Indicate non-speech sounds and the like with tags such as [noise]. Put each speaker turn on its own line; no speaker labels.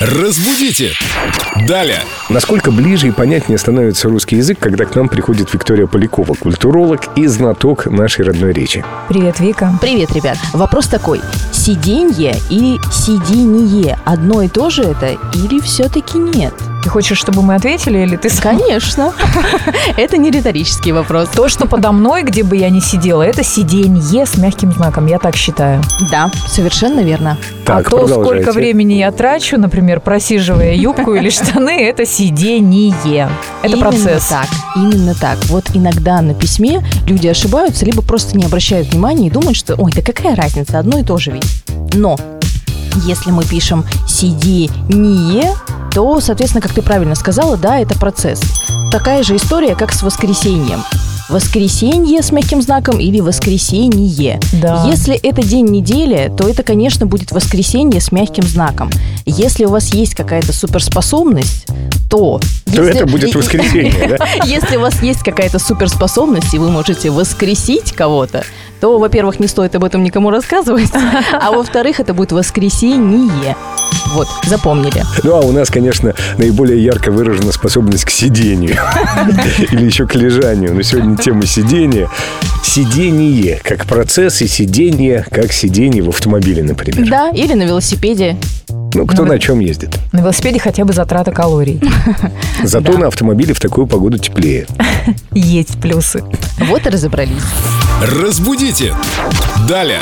Разбудите! Далее!
Насколько ближе и понятнее становится русский язык, когда к нам приходит Виктория Полякова, культуролог и знаток нашей родной речи.
Привет, Вика.
Привет, ребят. Вопрос такой. Сиденье или сиденье одно и то же это или все-таки нет?
Ты хочешь, чтобы мы ответили, или ты сама?
Конечно. [laughs] Это не риторический вопрос.
То, что подо мной, где бы я ни сидела, это сиденье с мягким знаком, я так считаю.
Да, совершенно верно.
Так,
а то,
продолжайте.
сколько времени я трачу, например, просиживая юбку или штаны, это сидение. Это
Именно
процесс.
так, именно так. Вот иногда на письме люди ошибаются, либо просто не обращают внимания и думают, что ой, да какая разница, одно и то же ведь. Но если мы пишем сидение, то, соответственно, как ты правильно сказала, да, это процесс. Такая же история, как с воскресеньем. Воскресенье с мягким знаком или воскресенье.
Да.
Если это день недели, то это, конечно, будет воскресенье с мягким знаком. Если у вас есть какая-то суперспособность, то...
То
[laughs] если-
это будет
и- и-
воскресенье, да?
если у вас есть какая-то суперспособность, и вы можете воскресить кого-то, то, во-первых, не стоит об этом
[laughs]
никому рассказывать, а во-вторых, это будет воскресенье. Вот, запомнили.
Ну, а у нас, конечно, наиболее ярко выражена способность к сидению. [laughs] Или еще к лежанию. Но сегодня тема сидения. Сидение как процесс и сидение как сидение в автомобиле, например.
Да, или на велосипеде.
Ну, кто на чем ездит?
На велосипеде хотя бы затрата калорий.
Зато на автомобиле в такую погоду теплее.
Есть плюсы.
Вот и разобрались.
Разбудите! Далее!